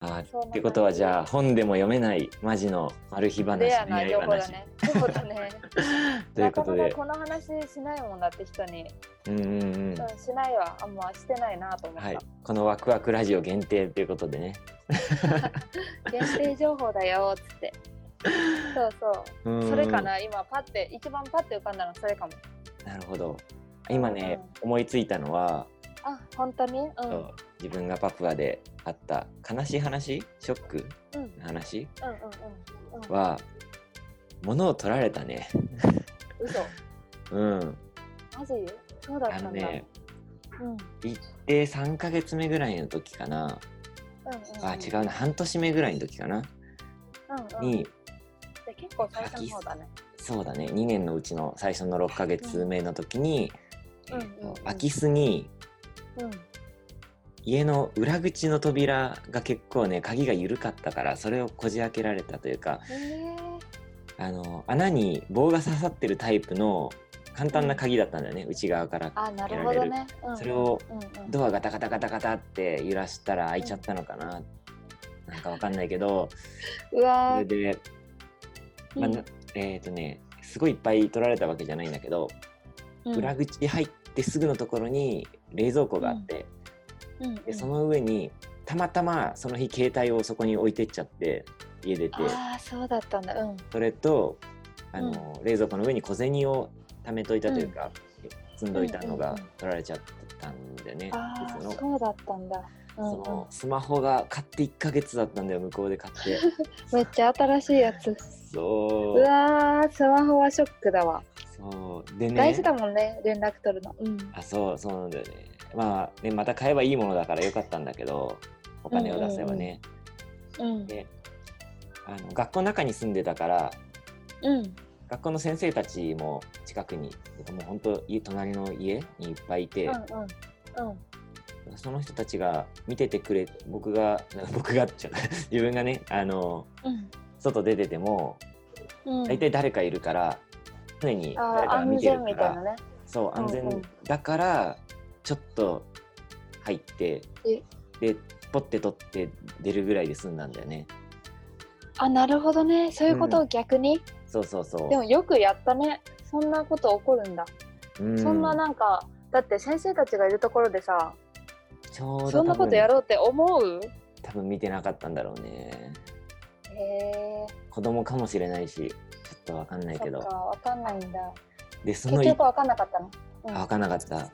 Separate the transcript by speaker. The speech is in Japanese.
Speaker 1: そうなん
Speaker 2: っ
Speaker 1: だ
Speaker 2: てことはじゃあ本でも読めないマジのマル秘話
Speaker 1: レア
Speaker 2: 恋
Speaker 1: な
Speaker 2: 愛
Speaker 1: 情報だ
Speaker 2: 話
Speaker 1: ね。そうだね。
Speaker 2: ということ
Speaker 1: な
Speaker 2: で
Speaker 1: かなかこの話しないもんだって人に、
Speaker 2: うんうんうん
Speaker 1: うん、しないわあんましてないなと思った、
Speaker 2: はいこのワクワクラジオ限定ということでね
Speaker 1: 限定情報だよっつ ってそうそう
Speaker 2: うん
Speaker 1: それかな今パッて一番パッて浮かんだのそれかも
Speaker 2: なるほど今ね思いついたのは
Speaker 1: あ本当にうん
Speaker 2: そ
Speaker 1: うん
Speaker 2: う自分がパプアであった悲しい話ショック
Speaker 1: うん
Speaker 2: の話
Speaker 1: うんうんうん
Speaker 2: は物を取られたね
Speaker 1: 嘘
Speaker 2: うん
Speaker 1: マジそうだっ
Speaker 2: あ
Speaker 1: た
Speaker 2: の
Speaker 1: んだ、
Speaker 2: ね
Speaker 1: うんうん
Speaker 2: 行って3ヶ月目ぐらいの時かな
Speaker 1: うん
Speaker 2: あ違うな半年目ぐらいの時かな
Speaker 1: うんうん、
Speaker 2: に
Speaker 1: で結構最初の方だね
Speaker 2: そうだね2年のうちの最初の6ヶ月目の時に、
Speaker 1: うん
Speaker 2: えーと
Speaker 1: うんうん
Speaker 2: 空き巣に
Speaker 1: うん
Speaker 2: 家の裏口の扉が結構ね鍵が緩かったからそれをこじ開けられたというか
Speaker 1: え
Speaker 2: あの穴に棒が刺さってるタイプの簡単な鍵だったんだよね、内側から
Speaker 1: あなるほどね、うん、
Speaker 2: それを
Speaker 1: うんうん
Speaker 2: ドアガタガタガタガタって揺らしたら開いちゃったのかな、なんかわかんないけど
Speaker 1: う
Speaker 2: そ
Speaker 1: わ
Speaker 2: れ
Speaker 1: ー
Speaker 2: で、まあ
Speaker 1: うん
Speaker 2: なえっ、とねすごいいっぱい取られたわけじゃないんだけど、
Speaker 1: うん
Speaker 2: 裏口入ってすぐのところに冷蔵庫があって、
Speaker 1: うんうん
Speaker 2: でその上にたまたまその日携帯をそこに置いてっちゃって家出て
Speaker 1: ああそうだったんだうん
Speaker 2: それとあの、冷蔵庫の上に小銭を貯めといたというか、積んどいたの
Speaker 1: うん
Speaker 2: が
Speaker 1: うんうん
Speaker 2: 取られちゃってたんだよね。
Speaker 1: あ
Speaker 2: で
Speaker 1: あ
Speaker 2: その
Speaker 1: そうだったんだ、う
Speaker 2: そ
Speaker 1: んうん
Speaker 2: の、スマホが買って1ヶ月だったんだよ向こうで買って
Speaker 1: めっちゃ新しいやつう
Speaker 2: そう
Speaker 1: わースマホはショックだわ、
Speaker 2: そうでね
Speaker 1: 大事だもんね連絡取るのうん
Speaker 2: あそうそうなんだよねまあねまた買えばいいものだからよかったんだけどお金を出せばね、
Speaker 1: うん
Speaker 2: であの学校の中に住んでたから
Speaker 1: うん
Speaker 2: 学校の先生たちも近くにもう本当家隣の家にいっぱいいて、
Speaker 1: うんうん
Speaker 2: その人たちが見ててくれ僕が 僕がちょ自分がねあの
Speaker 1: うん
Speaker 2: 外出てても
Speaker 1: うん
Speaker 2: 大体誰かいるから常に
Speaker 1: あ
Speaker 2: 誰か
Speaker 1: ー
Speaker 2: が見
Speaker 1: 安
Speaker 2: てる
Speaker 1: 全
Speaker 2: か
Speaker 1: みたい
Speaker 2: ら、
Speaker 1: なね
Speaker 2: そう安
Speaker 1: うんう
Speaker 2: 全
Speaker 1: ん
Speaker 2: だからちょっと入って
Speaker 1: え
Speaker 2: でポッて取って出るぐらいで済んだんだよね
Speaker 1: あなるほどねそういうこと
Speaker 2: う
Speaker 1: を逆に、
Speaker 2: そうそうそう
Speaker 1: でもよくやったねそんなこと起こるんだ、
Speaker 2: う
Speaker 1: そんななんかだって先生たちがいるところでさ
Speaker 2: ちょうど
Speaker 1: そんなことや
Speaker 2: う
Speaker 1: ろうって思う
Speaker 2: 多分見てなかったんだろうね
Speaker 1: へ
Speaker 2: 子供かもしれないしちょっとわかんな
Speaker 1: え
Speaker 2: い
Speaker 1: そ
Speaker 2: け
Speaker 1: っか
Speaker 2: ど
Speaker 1: わかんないんだ
Speaker 2: でそ
Speaker 1: 結
Speaker 2: の
Speaker 1: 局わかんなかったの、うん
Speaker 2: あわかんなかった